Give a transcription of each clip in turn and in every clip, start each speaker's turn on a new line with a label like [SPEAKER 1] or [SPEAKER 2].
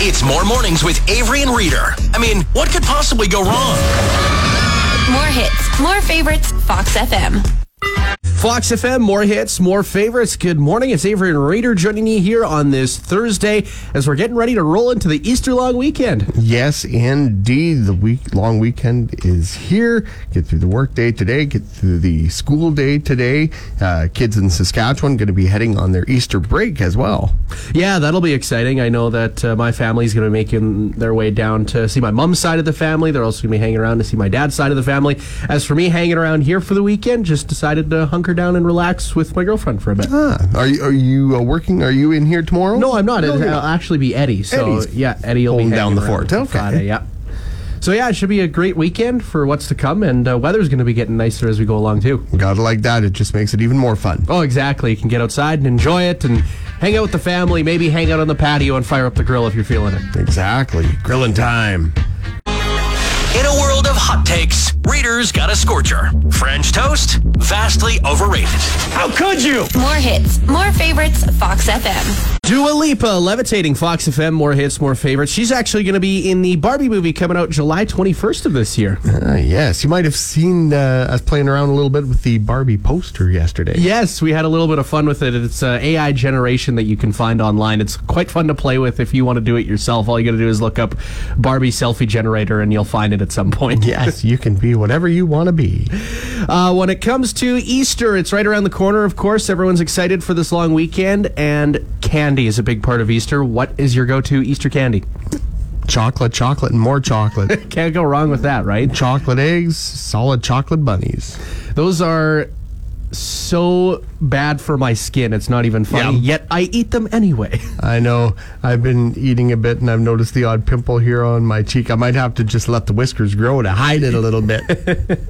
[SPEAKER 1] It's more mornings with Avery and Reader. I mean, what could possibly go wrong?
[SPEAKER 2] More hits, more favorites, Fox FM.
[SPEAKER 3] Fox FM, more hits, more favorites. Good morning. It's Avery and Raider joining me here on this Thursday as we're getting ready to roll into the Easter long weekend.
[SPEAKER 4] Yes, indeed. The week long weekend is here. Get through the work day today. Get through the school day today. Uh, kids in Saskatchewan going to be heading on their Easter break as well.
[SPEAKER 3] Yeah, that'll be exciting. I know that uh, my family's going to be making their way down to see my mom's side of the family. They're also going to be hanging around to see my dad's side of the family. As for me, hanging around here for the weekend, just decided to hunker down and relax with my girlfriend for a bit.
[SPEAKER 4] Ah, are you, are you uh, working? Are you in here tomorrow?
[SPEAKER 3] No, I'm not.
[SPEAKER 4] No,
[SPEAKER 3] It'll,
[SPEAKER 4] you're
[SPEAKER 3] it'll actually be Eddie. So
[SPEAKER 4] Eddie's
[SPEAKER 3] yeah, Eddie will be
[SPEAKER 4] holding down
[SPEAKER 3] hanging
[SPEAKER 4] the
[SPEAKER 3] around
[SPEAKER 4] fort.
[SPEAKER 3] on
[SPEAKER 4] Okay.
[SPEAKER 3] Friday, yeah. So yeah, it should be a great weekend for what's to come, and uh, weather's going to be getting nicer as we go along too.
[SPEAKER 4] Gotta like that. It just makes it even more fun.
[SPEAKER 3] Oh, exactly. You can get outside and enjoy it, and hang out with the family. Maybe hang out on the patio and fire up the grill if you're feeling it.
[SPEAKER 4] Exactly. Grilling time.
[SPEAKER 1] In a world of hot takes, Reader's got a scorcher. French toast? Vastly overrated. How could you?
[SPEAKER 2] More hits, more favorites, Fox FM.
[SPEAKER 3] Dua Lipa, levitating Fox FM, more hits, more favorites. She's actually going to be in the Barbie movie coming out July 21st of this year.
[SPEAKER 4] Ah, yes, you might have seen uh, us playing around a little bit with the Barbie poster yesterday.
[SPEAKER 3] Yes, we had a little bit of fun with it. It's uh, AI generation that you can find online. It's quite fun to play with if you want to do it yourself. All you got to do is look up Barbie selfie generator, and you'll find it at some point.
[SPEAKER 4] Yes, you can be whatever you want to be.
[SPEAKER 3] Uh, when it comes to Easter, it's right around the corner, of course. Everyone's excited for this long weekend, and candy is a big part of Easter. What is your go to Easter candy?
[SPEAKER 4] Chocolate, chocolate, and more chocolate.
[SPEAKER 3] Can't go wrong with that, right?
[SPEAKER 4] chocolate eggs, solid chocolate bunnies.
[SPEAKER 3] Those are so bad for my skin, it's not even funny.
[SPEAKER 4] Yeah.
[SPEAKER 3] Yet I eat them anyway.
[SPEAKER 4] I know I've been eating a bit and I've noticed the odd pimple here on my cheek. I might have to just let the whiskers grow to hide it a little bit.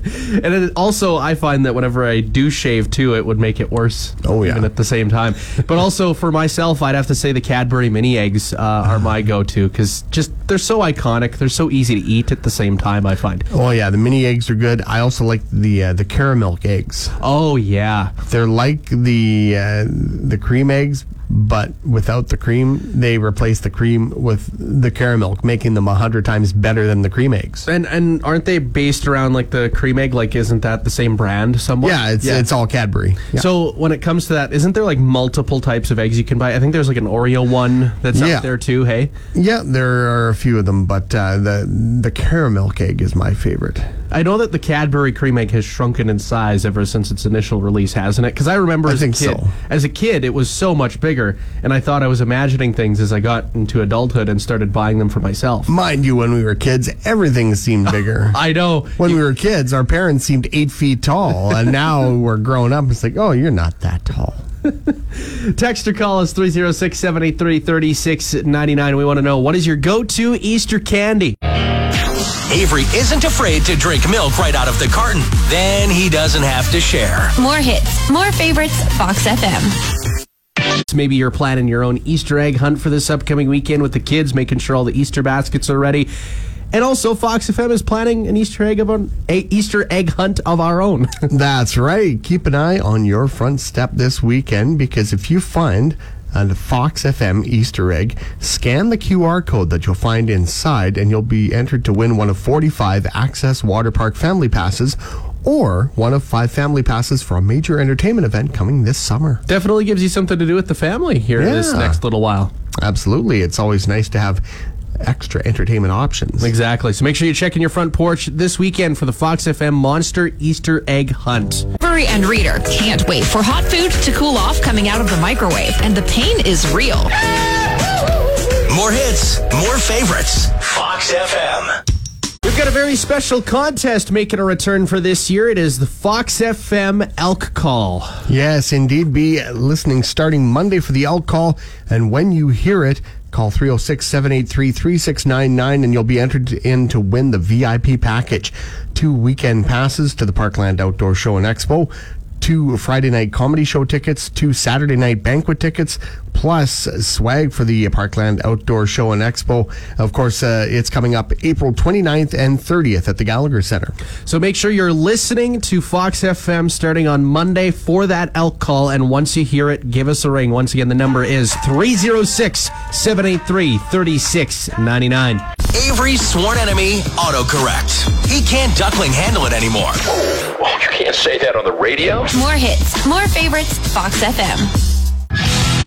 [SPEAKER 3] and it, also, I find that whenever I do shave too, it would make it worse.
[SPEAKER 4] Oh, yeah.
[SPEAKER 3] Even at the same time. But also for myself, I'd have to say the Cadbury mini eggs uh, are my go to because just they're so iconic. They're so easy to eat at the same time, I find.
[SPEAKER 4] oh yeah, the mini eggs are good. I also like the uh, the caramel eggs.
[SPEAKER 3] Oh yeah,
[SPEAKER 4] They're like the uh, the cream eggs, but without the cream. They replace the cream with the caramel, making them a hundred times better than the cream eggs.
[SPEAKER 3] and and aren't they based around like the cream egg? Like, isn't that the same brand somewhat?
[SPEAKER 4] Yeah, it's it's all Cadbury. Yeah.
[SPEAKER 3] So when it comes to that, isn't there like multiple types of eggs you can buy? I think there's like an Oreo one that's
[SPEAKER 4] Yeah.
[SPEAKER 3] out there too. Hey,
[SPEAKER 4] Yeah, there are a few of them, but uh, the the caramel egg is my favorite.
[SPEAKER 3] I know that the Cadbury cream egg has shrunken in size ever since its initial release, hasn't it? Because I remember as
[SPEAKER 4] think
[SPEAKER 3] a kid,
[SPEAKER 4] so.
[SPEAKER 3] as a kid, it was so much bigger, and I thought I was imagining things as I got into adulthood and started buying them for myself.
[SPEAKER 4] Mind you, when we were kids, everything seemed bigger.
[SPEAKER 3] I know.
[SPEAKER 4] when we were kids, our parents seemed eight feet tall, and now we're grown up. It's like, oh, you're not that tall.
[SPEAKER 3] Text or call us 306 783 3699. We want to know what is your go to Easter candy?
[SPEAKER 1] Avery isn't afraid to drink milk right out of the carton. Then he doesn't have to share.
[SPEAKER 2] More hits, more favorites, Fox FM.
[SPEAKER 3] Maybe you're planning your own Easter egg hunt for this upcoming weekend with the kids, making sure all the Easter baskets are ready. And also, Fox FM is planning an Easter egg of an a Easter egg hunt of our own.
[SPEAKER 4] That's right. Keep an eye on your front step this weekend because if you find a Fox FM Easter egg, scan the QR code that you'll find inside, and you'll be entered to win one of 45 Access Water Park family passes or one of five family passes for a major entertainment event coming this summer.
[SPEAKER 3] Definitely gives you something to do with the family here this
[SPEAKER 4] Yeah.
[SPEAKER 3] next little while.
[SPEAKER 4] Absolutely. It's always nice to have extra entertainment options.
[SPEAKER 3] Exactly. So make sure you check in your front porch this weekend for the Fox FM Monster Easter Egg Hunt.
[SPEAKER 5] Avery and Reader can't wait for hot food to cool off coming out of the microwave, and the pain is real.
[SPEAKER 1] More hits, more favorites. Fox FM.
[SPEAKER 3] We've got a very special contest making a return for this year. It is the Fox FM Elk Call.
[SPEAKER 4] Yes, indeed. Be listening starting Monday for the elk call. And when you hear it, Call 306 783 3699 and you'll be entered in to win the VIP package. Two weekend passes to the Parkland Outdoor Show and Expo, two Friday night comedy show tickets, two Saturday night banquet tickets, plus swag for the Parkland Outdoor Show and Expo. Of course, uh, it's coming up April 29th and 30th at the Gallagher Center.
[SPEAKER 3] So make sure you're listening to Fox FM starting on Monday for that elk call. And once you hear it, give us a ring. Once again, the number is 306 783 3699.
[SPEAKER 1] Avery's sworn enemy, autocorrect. He can't duckling handle it anymore.
[SPEAKER 6] Oh, you can't say that on the radio.
[SPEAKER 2] More hits, more favorites, Fox FM.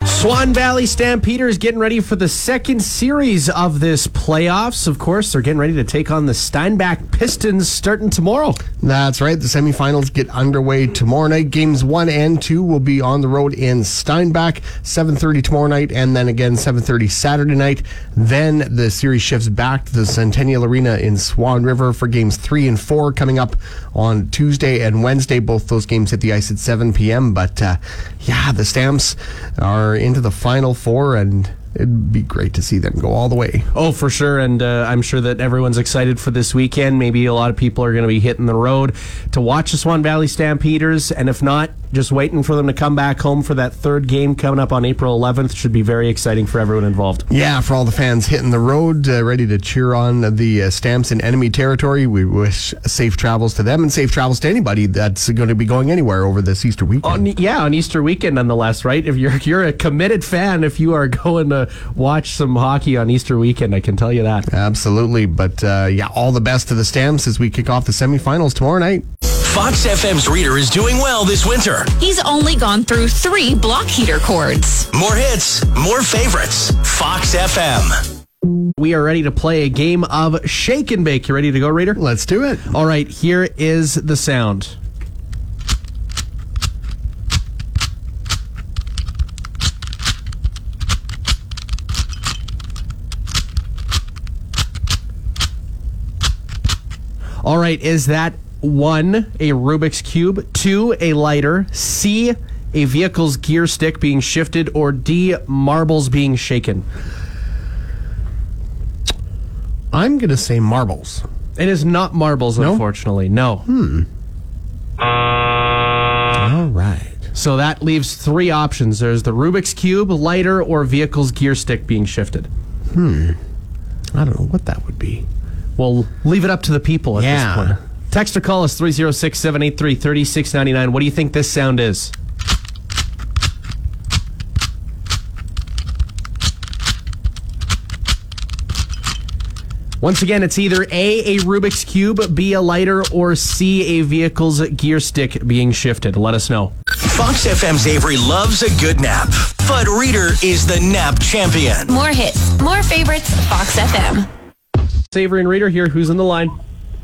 [SPEAKER 3] Swan Valley Stampeder is getting ready for the second series of this playoffs. Of course, they're getting ready to take on the Steinbach Pistons starting tomorrow.
[SPEAKER 4] That's right. The semifinals get underway tomorrow night. Games one and two will be on the road in Steinbach, 7:30 tomorrow night, and then again 7:30 Saturday night. Then the series shifts back to the Centennial Arena in Swan River for games three and four coming up on Tuesday and Wednesday. Both those games hit the ice at 7 p.m. But uh, yeah, the Stamps are into the Final Four, and it'd be great to see them go all the way.
[SPEAKER 3] Oh, for sure. And uh, I'm sure that everyone's excited for this weekend. Maybe a lot of people are going to be hitting the road to watch the Swan Valley Stampeders. And if not, just waiting for them to come back home for that third game coming up on April 11th. Should be very exciting for everyone involved.
[SPEAKER 4] Yeah, for all the fans hitting the road, uh, ready to cheer on the uh, Stamps in enemy territory, we wish safe travels to them and safe travels to anybody that's going to be going anywhere over this Easter
[SPEAKER 3] On, e,
[SPEAKER 4] weekend.
[SPEAKER 3] yeah, on Easter weekend, nonetheless, right? If you're you're a committed fan, if you are going to watch some hockey on Easter weekend, I can tell you that.
[SPEAKER 4] Absolutely. But uh, yeah, all the best to the Stamps as we kick off the semifinals tomorrow night.
[SPEAKER 1] Fox FM's reader is doing well this winter.
[SPEAKER 5] He's only gone through three block heater cords.
[SPEAKER 1] More hits, more favorites. Fox FM.
[SPEAKER 3] We are ready to play a game of shake and bake. You ready to go, reader?
[SPEAKER 4] Let's do it.
[SPEAKER 3] All right, here is the sound. All right, is that one, a Rubik's Cube, two, a lighter, C, a vehicle's gear stick being shifted, or D, marbles being shaken?
[SPEAKER 4] I'm going to say marbles.
[SPEAKER 3] It is not marbles, unfortunately. No.
[SPEAKER 4] All right.
[SPEAKER 3] So that leaves three options. There's the Rubik's Cube, lighter, or vehicle's gear stick being shifted.
[SPEAKER 4] I don't know what that would be.
[SPEAKER 3] We'll leave it up to the people at
[SPEAKER 4] Yeah.
[SPEAKER 3] this point. Text or call us 306 783 3699. What do you think this sound is? Once again, it's either A, a Rubik's Cube, B, a lighter, or C, a vehicle's gear stick being shifted. Let us know.
[SPEAKER 1] Fox FM's Avery loves a good nap, but Reader is the nap champion.
[SPEAKER 2] More hits, more favorites, Fox FM.
[SPEAKER 3] Savory and Reader here. Who's on the line?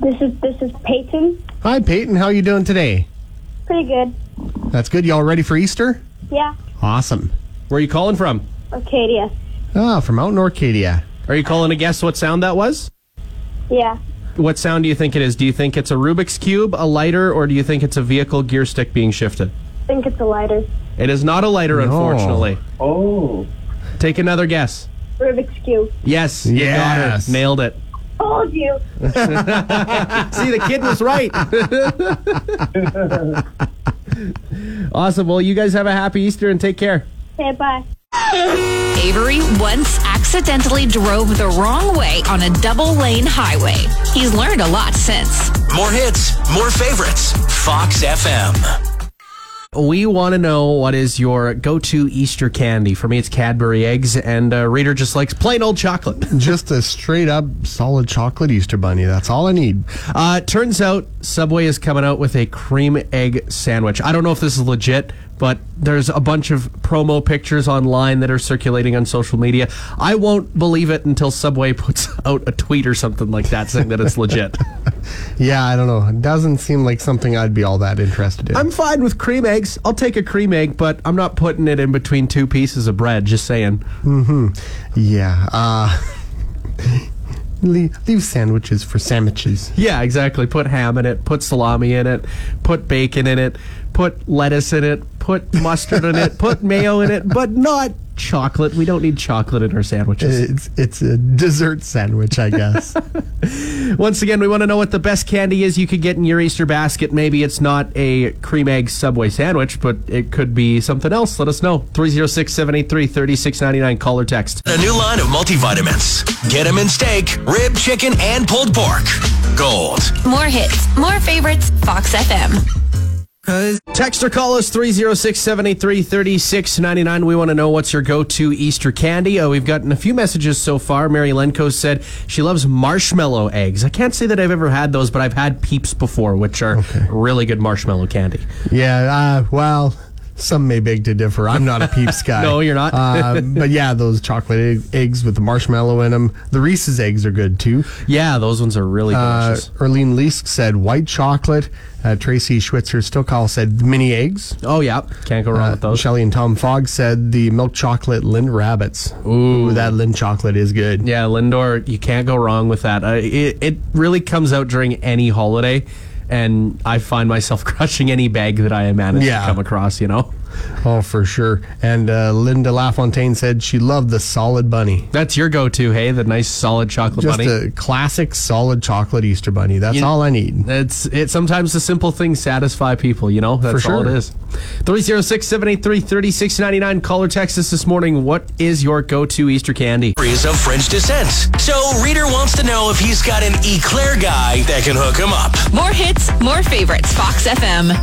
[SPEAKER 7] This is this is Peyton.
[SPEAKER 4] Hi, Peyton. How you doing today?
[SPEAKER 7] Pretty good.
[SPEAKER 4] That's good. Y'all ready for Easter?
[SPEAKER 7] Yeah.
[SPEAKER 4] Awesome.
[SPEAKER 3] Where are you calling from?
[SPEAKER 7] Arcadia.
[SPEAKER 4] Ah, from out in Arcadia.
[SPEAKER 3] Are you calling to guess what sound that was?
[SPEAKER 7] Yeah.
[SPEAKER 3] What sound do you think it is? Do you think it's a Rubik's Cube, a lighter, or do you think it's a vehicle gear stick being shifted?
[SPEAKER 7] I think it's a lighter.
[SPEAKER 3] It is not a lighter, unfortunately. Oh. Take another guess.
[SPEAKER 7] Rubik's Cube.
[SPEAKER 3] Yes. you got it.
[SPEAKER 4] Yes.
[SPEAKER 3] Nailed it.
[SPEAKER 7] Told you.
[SPEAKER 3] See, the kid was right. awesome. Well, you guys have a happy Easter and take care.
[SPEAKER 7] Okay, bye.
[SPEAKER 5] Avery once accidentally drove the wrong way on a double lane highway. He's learned a lot since.
[SPEAKER 1] More hits, more favorites. Fox FM.
[SPEAKER 3] We want to know what is your go to Easter candy. For me, it's Cadbury eggs, and uh, Reader just likes plain old chocolate.
[SPEAKER 4] Just a straight up solid chocolate Easter bunny. That's all I need.
[SPEAKER 3] Uh, turns out Subway is coming out with a cream egg sandwich. I don't know if this is legit, but there's a bunch of promo pictures online that are circulating on social media. I won't believe it until Subway puts out a tweet or something like that saying that it's legit.
[SPEAKER 4] Yeah, I don't know. It doesn't seem like something I'd be all that interested in.
[SPEAKER 3] I'm fine with cream eggs. I'll take a cream egg, but I'm not putting it in between two pieces of bread, just saying.
[SPEAKER 4] yeah. Uh, leave, leave sandwiches for sandwiches.
[SPEAKER 3] Yeah, exactly. Put ham in it, put salami in it, put bacon in it, put lettuce in it, put mustard in it, put mayo in it, but not chocolate. We don't need chocolate in our sandwiches.
[SPEAKER 4] It's it's a dessert sandwich, I guess.
[SPEAKER 3] Once again, we want to know what the best candy is you could get in your Easter basket. Maybe it's not a cream egg Subway sandwich, but it could be something else. Let us know. 306 783 3699. Call or text.
[SPEAKER 1] A new line of multivitamins. Get them in steak, rib, chicken, and pulled pork. Gold.
[SPEAKER 2] More hits, more favorites, Fox FM.
[SPEAKER 3] Text or call us 306 783 3699. We want to know what's your go to Easter candy. Oh, we've gotten a few messages so far. Mary Lenko said she loves marshmallow eggs. I can't say that I've ever had those, but I've had peeps before, which are really good marshmallow candy.
[SPEAKER 4] yeah, uh, well, some may beg to differ. I'm not a peeps guy.
[SPEAKER 3] No, you're not.
[SPEAKER 4] uh, but yeah, those chocolate egg- eggs with the marshmallow in them. The Reese's eggs are good too.
[SPEAKER 3] Yeah, those ones are really
[SPEAKER 4] Uh,
[SPEAKER 3] delicious.
[SPEAKER 4] Erlene Leask said white chocolate. Uh, Tracy Schwitzer Stillcall said mini eggs.
[SPEAKER 3] oh, yeah. Can't go wrong with
[SPEAKER 4] Uh,
[SPEAKER 3] those.
[SPEAKER 4] Shelley and Tom Fogg said the milk chocolate Lind Rabbits. Ooh, that Lind chocolate is good.
[SPEAKER 3] Yeah, Lindor, you can't go wrong with that. Uh, it, it really comes out during any holiday, and I find myself crushing any bag that I manage
[SPEAKER 4] Yeah.
[SPEAKER 3] to come across, you know?
[SPEAKER 4] Oh, for sure. And uh, Linda LaFontaine said she loved the solid bunny.
[SPEAKER 3] That's your go to, hey? The nice solid chocolate
[SPEAKER 4] Just
[SPEAKER 3] bunny.
[SPEAKER 4] a classic solid chocolate Easter bunny. That's
[SPEAKER 3] You-
[SPEAKER 4] all I need.
[SPEAKER 3] It's it. Sometimes the simple things satisfy people. You know that's
[SPEAKER 4] For
[SPEAKER 3] all it
[SPEAKER 4] sure.
[SPEAKER 3] is. 306-783-3699. Call or text us this morning. What is your go-to Easter candy?
[SPEAKER 1] Is of French descent. So, Reader wants to know if he's got an eclair guy that can hook him up.
[SPEAKER 5] More hits, more favorites. Fox FM.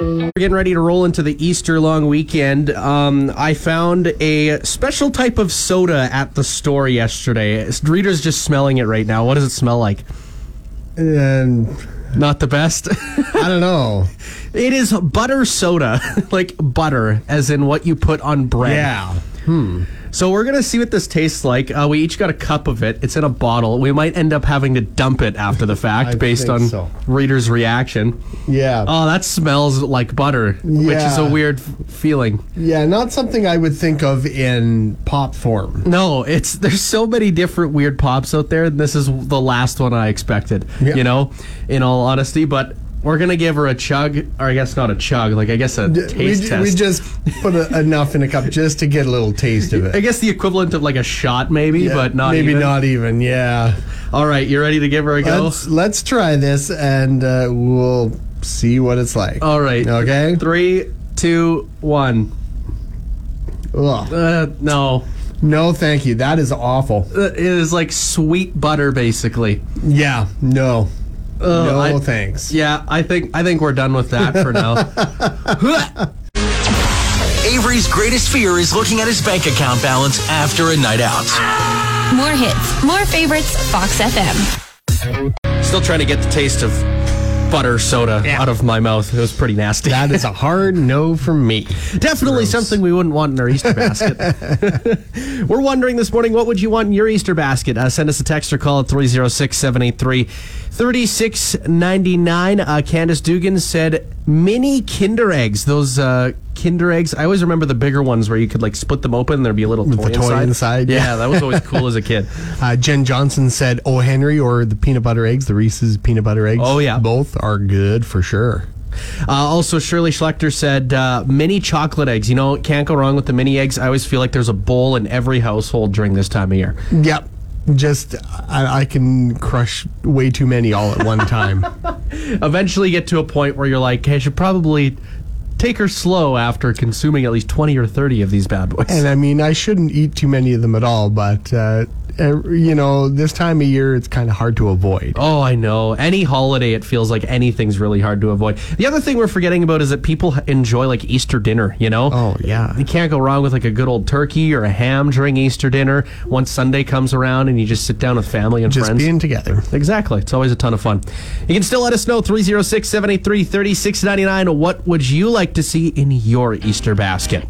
[SPEAKER 3] We're getting ready to roll into the Easter long weekend. Um, I found a special type of soda at the store yesterday. It's- Reader's just smelling it right now. What does it smell like?
[SPEAKER 4] And
[SPEAKER 3] Not the best.
[SPEAKER 4] I don't know.
[SPEAKER 3] it is butter soda, like butter, as in what you put on bread.
[SPEAKER 4] yeah.
[SPEAKER 3] So we're gonna see what this tastes like. Uh, we each got a cup of it. It's in a bottle. We might end up having to dump it after the
[SPEAKER 4] I
[SPEAKER 3] fact, based
[SPEAKER 4] think
[SPEAKER 3] on
[SPEAKER 4] so.
[SPEAKER 3] readers' reaction.
[SPEAKER 4] Yeah.
[SPEAKER 3] Oh, that smells like butter, which is a
[SPEAKER 4] Yeah.
[SPEAKER 3] weird f- feeling.
[SPEAKER 4] yeah, not something I would think of in pop form.
[SPEAKER 3] No, it's there's so many different weird pops out there, and this is the last one I expected.
[SPEAKER 4] Yeah.
[SPEAKER 3] You know, in all honesty, but. We're gonna give her a chug, or I guess not a chug, like I guess a taste
[SPEAKER 4] we,
[SPEAKER 3] test.
[SPEAKER 4] we just put a, enough in a cup just to get a little taste of
[SPEAKER 3] I
[SPEAKER 4] it.
[SPEAKER 3] guess the equivalent of like a shot, maybe,
[SPEAKER 4] Yeah,
[SPEAKER 3] but not
[SPEAKER 4] maybe
[SPEAKER 3] even.
[SPEAKER 4] not even. Yeah.
[SPEAKER 3] All right, you ready to give her a go?
[SPEAKER 4] Let's let's try this and uh, we'll see what it's like.
[SPEAKER 3] All right.
[SPEAKER 4] Okay.
[SPEAKER 3] Three, two, one.
[SPEAKER 4] Ugh.
[SPEAKER 3] Uh, no,
[SPEAKER 4] No, thank you. That is awful.
[SPEAKER 3] Uh, it is like sweet butter, basically.
[SPEAKER 4] Yeah. No. no,
[SPEAKER 3] Oh, I-
[SPEAKER 4] thanks.
[SPEAKER 3] Yeah, I think I think we're done with that for now.
[SPEAKER 1] Avery's greatest fear is looking at his bank account balance after a night out.
[SPEAKER 2] More hits, more favorites, Fox FM.
[SPEAKER 3] Still trying to get the taste of butter soda out of my mouth. It was pretty nasty.
[SPEAKER 4] That is a hard no from me.
[SPEAKER 3] Definitely something we wouldn't want in our Easter basket. We're wondering this morning, what would you want in your Easter basket? Uh, send us a text or call at 306 783 3699. Uh, Candace Dugan said mini Kinder eggs. Those uh, Kinder eggs, I always remember the bigger ones where you could like split them open and there'd be a little toy,
[SPEAKER 4] the toy inside,
[SPEAKER 3] Yeah,
[SPEAKER 4] yeah.
[SPEAKER 3] that was always cool as a kid.
[SPEAKER 4] Uh, Jen Johnson said, "Oh Henry or the peanut butter eggs, the Reese's peanut butter eggs.
[SPEAKER 3] Oh, yeah.
[SPEAKER 4] both are good for sure.
[SPEAKER 3] Uh, also, Shirley Schlechter said uh, mini chocolate eggs. You know, can't go wrong with the mini eggs. I always feel like there's a bowl in every household during this time of year.
[SPEAKER 4] Yep. Just I, I can crush way too many all at one time.
[SPEAKER 3] eventually get to a point where you're like, hey, I should probably take her slow after consuming at least 20 or 30 of these bad boys.
[SPEAKER 4] and I mean, I shouldn't eat too many of them at all, but uh, ev- you know, this time of year it's kind of hard to avoid.
[SPEAKER 3] Oh, I know. Any holiday, it feels like anything's really hard to avoid. The other thing we're forgetting about is that people h- enjoy like Easter dinner, you know?
[SPEAKER 4] Oh, yeah.
[SPEAKER 3] You can't go wrong with like a good old turkey or a ham during Easter dinner once Sunday comes around and you just sit down with family and
[SPEAKER 4] Just
[SPEAKER 3] friends.
[SPEAKER 4] being together.
[SPEAKER 3] Exactly. It's always a ton of fun. You can still let us know 306 783 3699. What would you like to see in your Easter basket?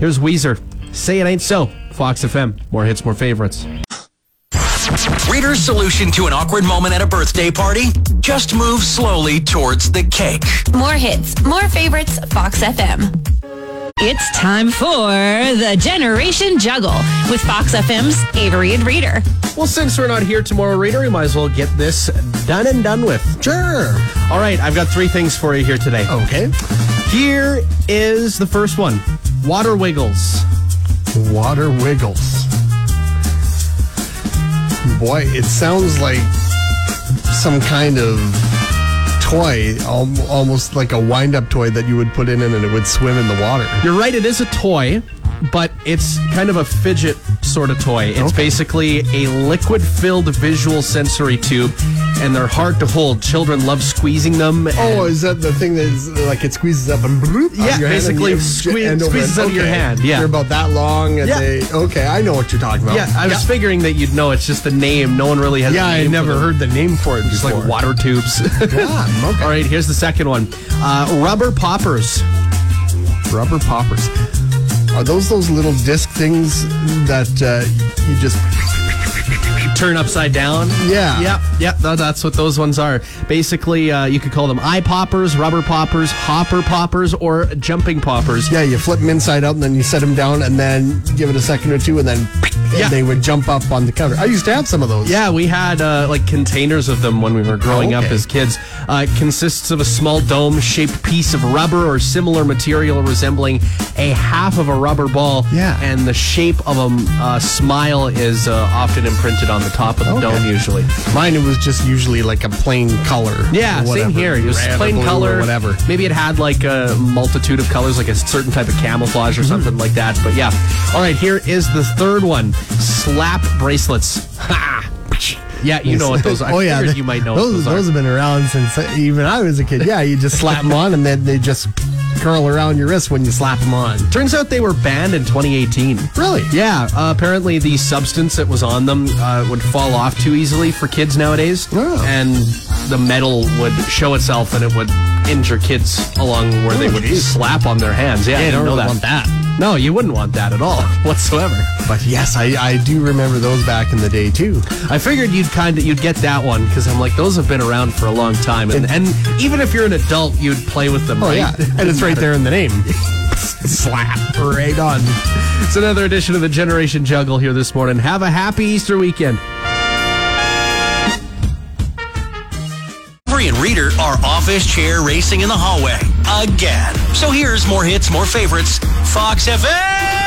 [SPEAKER 3] Here's Weezer. Say it ain't so. Fox FM. More hits, more favorites.
[SPEAKER 1] Reader's solution to an awkward moment at a birthday party? Just move slowly towards the cake.
[SPEAKER 2] More hits, more favorites, Fox FM.
[SPEAKER 5] It's time for the Generation Juggle with Fox FM's Avery and Reader.
[SPEAKER 3] Well, since we're not here tomorrow, reader, we might as well get this Done and done with.
[SPEAKER 4] Sure.
[SPEAKER 3] All right, I've got three things for you here today.
[SPEAKER 4] Okay.
[SPEAKER 3] Here is the first one water wiggles.
[SPEAKER 4] Water wiggles. Boy, it sounds like some kind of toy, al- almost like a wind up toy that you would put in it and it would swim in the water.
[SPEAKER 3] You're right, it is a toy, but it's kind of a fidget sort of toy. It's basically a liquid filled visual sensory tube, and they're hard to hold. Children love squeezing them. and-
[SPEAKER 4] Oh, is that the thing that's like it squeezes up and bloop, out of
[SPEAKER 3] Yeah,
[SPEAKER 4] your hand and
[SPEAKER 3] basically
[SPEAKER 4] you
[SPEAKER 3] squeeze-
[SPEAKER 4] end over
[SPEAKER 3] squeezes
[SPEAKER 4] it?
[SPEAKER 3] out of your
[SPEAKER 4] Okay.
[SPEAKER 3] hand, yeah.
[SPEAKER 4] They're about that long. And
[SPEAKER 3] Yeah.
[SPEAKER 4] they, okay, I know what you're talking about.
[SPEAKER 3] yeah, I was figuring that you'd know. It's just the name. No one really has.
[SPEAKER 4] Yeah,
[SPEAKER 3] a
[SPEAKER 4] I
[SPEAKER 3] name for
[SPEAKER 4] never
[SPEAKER 3] them.
[SPEAKER 4] heard the name for it
[SPEAKER 3] Just
[SPEAKER 4] before.
[SPEAKER 3] like water tubes.
[SPEAKER 4] Yeah, okay.
[SPEAKER 3] All right, here's the second one. Uh, rubber poppers.
[SPEAKER 4] Rubber poppers. Are those those little disc things that uh, you just
[SPEAKER 3] turn upside down.
[SPEAKER 4] Yeah.
[SPEAKER 3] Yep. Yep. tha- that's what those ones are. Basically, uh, you could call them eye poppers, rubber poppers, hopper poppers, or jumping poppers.
[SPEAKER 4] yeah you flip them inside out and then you set them down and then give it a second or two and then and
[SPEAKER 3] Yeah.
[SPEAKER 4] they would jump up on the cover. I used to have some of those.
[SPEAKER 3] Yeah, we had uh, like containers of them when we were growing
[SPEAKER 4] okay.
[SPEAKER 3] up as kids. Uh, it consists of a small dome shaped piece of rubber or similar material resembling a half of a rubber ball.
[SPEAKER 4] Yeah.
[SPEAKER 3] And the shape of a m- uh, smile is uh, often imprinted on the top of the
[SPEAKER 4] Okay.
[SPEAKER 3] dome, usually.
[SPEAKER 4] Mine it was just usually like a plain color.
[SPEAKER 3] Yeah,
[SPEAKER 4] or whatever.
[SPEAKER 3] same here. It was
[SPEAKER 4] Red or
[SPEAKER 3] plain
[SPEAKER 4] blue or
[SPEAKER 3] color.
[SPEAKER 4] whatever.
[SPEAKER 3] Maybe it had like a multitude of colors, like a certain type of camouflage or
[SPEAKER 4] Mm-hmm.
[SPEAKER 3] something like that. But yeah. All right, here is the third one slap bracelets. Ha! Yeah, you know what those are. I
[SPEAKER 4] oh yeah,
[SPEAKER 3] figured
[SPEAKER 4] they-
[SPEAKER 3] you might know
[SPEAKER 4] those.
[SPEAKER 3] what those,
[SPEAKER 4] those
[SPEAKER 3] are.
[SPEAKER 4] have been around since uh, even I was a kid. Yeah, you just slap them on, and then they just curl around your wrist when you slap them on.
[SPEAKER 3] Turns out they were banned in 2018.
[SPEAKER 4] Really?
[SPEAKER 3] Yeah. Uh, apparently, the substance that was on them uh, would fall off too easily for kids nowadays,
[SPEAKER 4] Oh.
[SPEAKER 3] and the metal would show itself, and it would injure kids along where they
[SPEAKER 4] Oh,
[SPEAKER 3] would
[SPEAKER 4] geez.
[SPEAKER 3] slap on their hands. Yeah, I
[SPEAKER 4] Yeah,
[SPEAKER 3] didn't
[SPEAKER 4] don't
[SPEAKER 3] know
[SPEAKER 4] really
[SPEAKER 3] that.
[SPEAKER 4] want that.
[SPEAKER 3] No, you wouldn't want that at all whatsoever.
[SPEAKER 4] But yes, I, I do remember those back in the day too.
[SPEAKER 3] I figured you'd kind of you'd get that one because I'm like those have been around for a long time, and, and even if you're an adult, you'd play with them.
[SPEAKER 4] Oh
[SPEAKER 3] right?
[SPEAKER 4] yeah, and it's right there in the name. slap right on.
[SPEAKER 3] It's another edition of the Generation Juggle here this morning. Have a happy Easter weekend.
[SPEAKER 1] Avery and Reader are office chair racing in the hallway again. So here's more hits, more favorites. Fox FM.